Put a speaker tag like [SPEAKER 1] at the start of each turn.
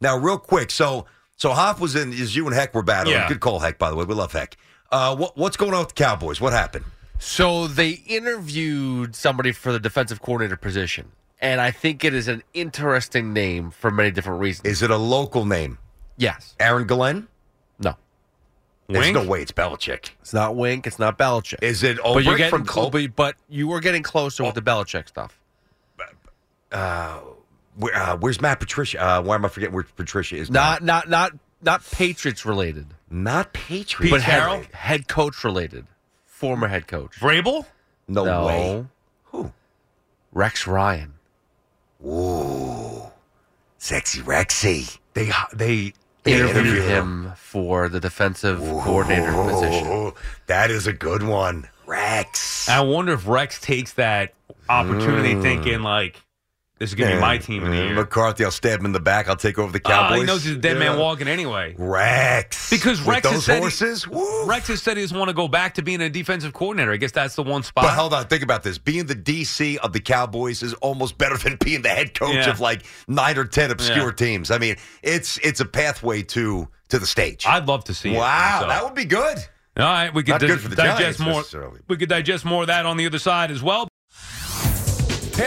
[SPEAKER 1] Now, real quick, so so Hoff was in. Is you and Heck were battling?
[SPEAKER 2] Yeah.
[SPEAKER 1] Good call, Heck. By the way, we love Heck. Uh, what, what's going on with the Cowboys? What happened?
[SPEAKER 2] So they interviewed somebody for the defensive coordinator position, and I think it is an interesting name for many different reasons.
[SPEAKER 1] Is it a local name?
[SPEAKER 2] yes.
[SPEAKER 1] Aaron Glenn?
[SPEAKER 2] No.
[SPEAKER 1] There's
[SPEAKER 2] Wink?
[SPEAKER 1] no way it's Belichick.
[SPEAKER 2] It's not Wink. It's not Belichick.
[SPEAKER 1] Is it
[SPEAKER 2] but you're
[SPEAKER 1] Ulbrich
[SPEAKER 2] getting
[SPEAKER 1] from
[SPEAKER 2] clo-
[SPEAKER 1] Colby?
[SPEAKER 2] but- But you were getting closer with the Belichick stuff.
[SPEAKER 1] Where, uh, where's Matt Patricia? Uh, why am I forgetting where Patricia is? now?
[SPEAKER 2] Not not not not Patriots related,
[SPEAKER 1] not Patriot.
[SPEAKER 2] but
[SPEAKER 3] Carroll?
[SPEAKER 2] head, head coach related. Former head coach.
[SPEAKER 3] Vrabel?
[SPEAKER 1] No,
[SPEAKER 2] no.
[SPEAKER 1] way. Who?
[SPEAKER 2] Rex Ryan.
[SPEAKER 1] Ooh, sexy Rexy.
[SPEAKER 3] They they
[SPEAKER 1] They
[SPEAKER 2] interviewed,
[SPEAKER 1] interviewed
[SPEAKER 2] him, for the defensive coordinator position.
[SPEAKER 1] Ooh, that is a good one, Rex.
[SPEAKER 3] I wonder if Rex takes that opportunity, thinking like, "This is gonna be my team in the
[SPEAKER 1] Mm,
[SPEAKER 3] year."
[SPEAKER 1] McCarthy, I'll stab him in the back. I'll take over the
[SPEAKER 3] Ah,
[SPEAKER 1] Cowboys.
[SPEAKER 3] he knows he's a dead man
[SPEAKER 1] Yeah.
[SPEAKER 3] walking anyway.
[SPEAKER 1] Rex.
[SPEAKER 3] Because
[SPEAKER 1] With
[SPEAKER 3] Rex has
[SPEAKER 1] those
[SPEAKER 3] said he-
[SPEAKER 1] horses. woo.
[SPEAKER 3] Rex has said he doesn't want to go back to being a defensive coordinator. I guess that's the one spot.
[SPEAKER 1] But hold on, think about this. Being the DC of the Cowboys is almost better than being the head coach
[SPEAKER 3] Yeah.
[SPEAKER 1] of like nine or ten obscure
[SPEAKER 3] Yeah.
[SPEAKER 1] teams. I mean, it's it's a pathway to to the stage.
[SPEAKER 3] I'd love to see it.
[SPEAKER 1] wow,
[SPEAKER 3] So-
[SPEAKER 1] that would be good.
[SPEAKER 3] All right, we could
[SPEAKER 1] Not
[SPEAKER 3] dis-
[SPEAKER 1] good for the
[SPEAKER 3] digest
[SPEAKER 1] Giants
[SPEAKER 3] more.
[SPEAKER 1] necessarily.
[SPEAKER 3] We could digest more of that on the other side as well.
[SPEAKER 4] Hey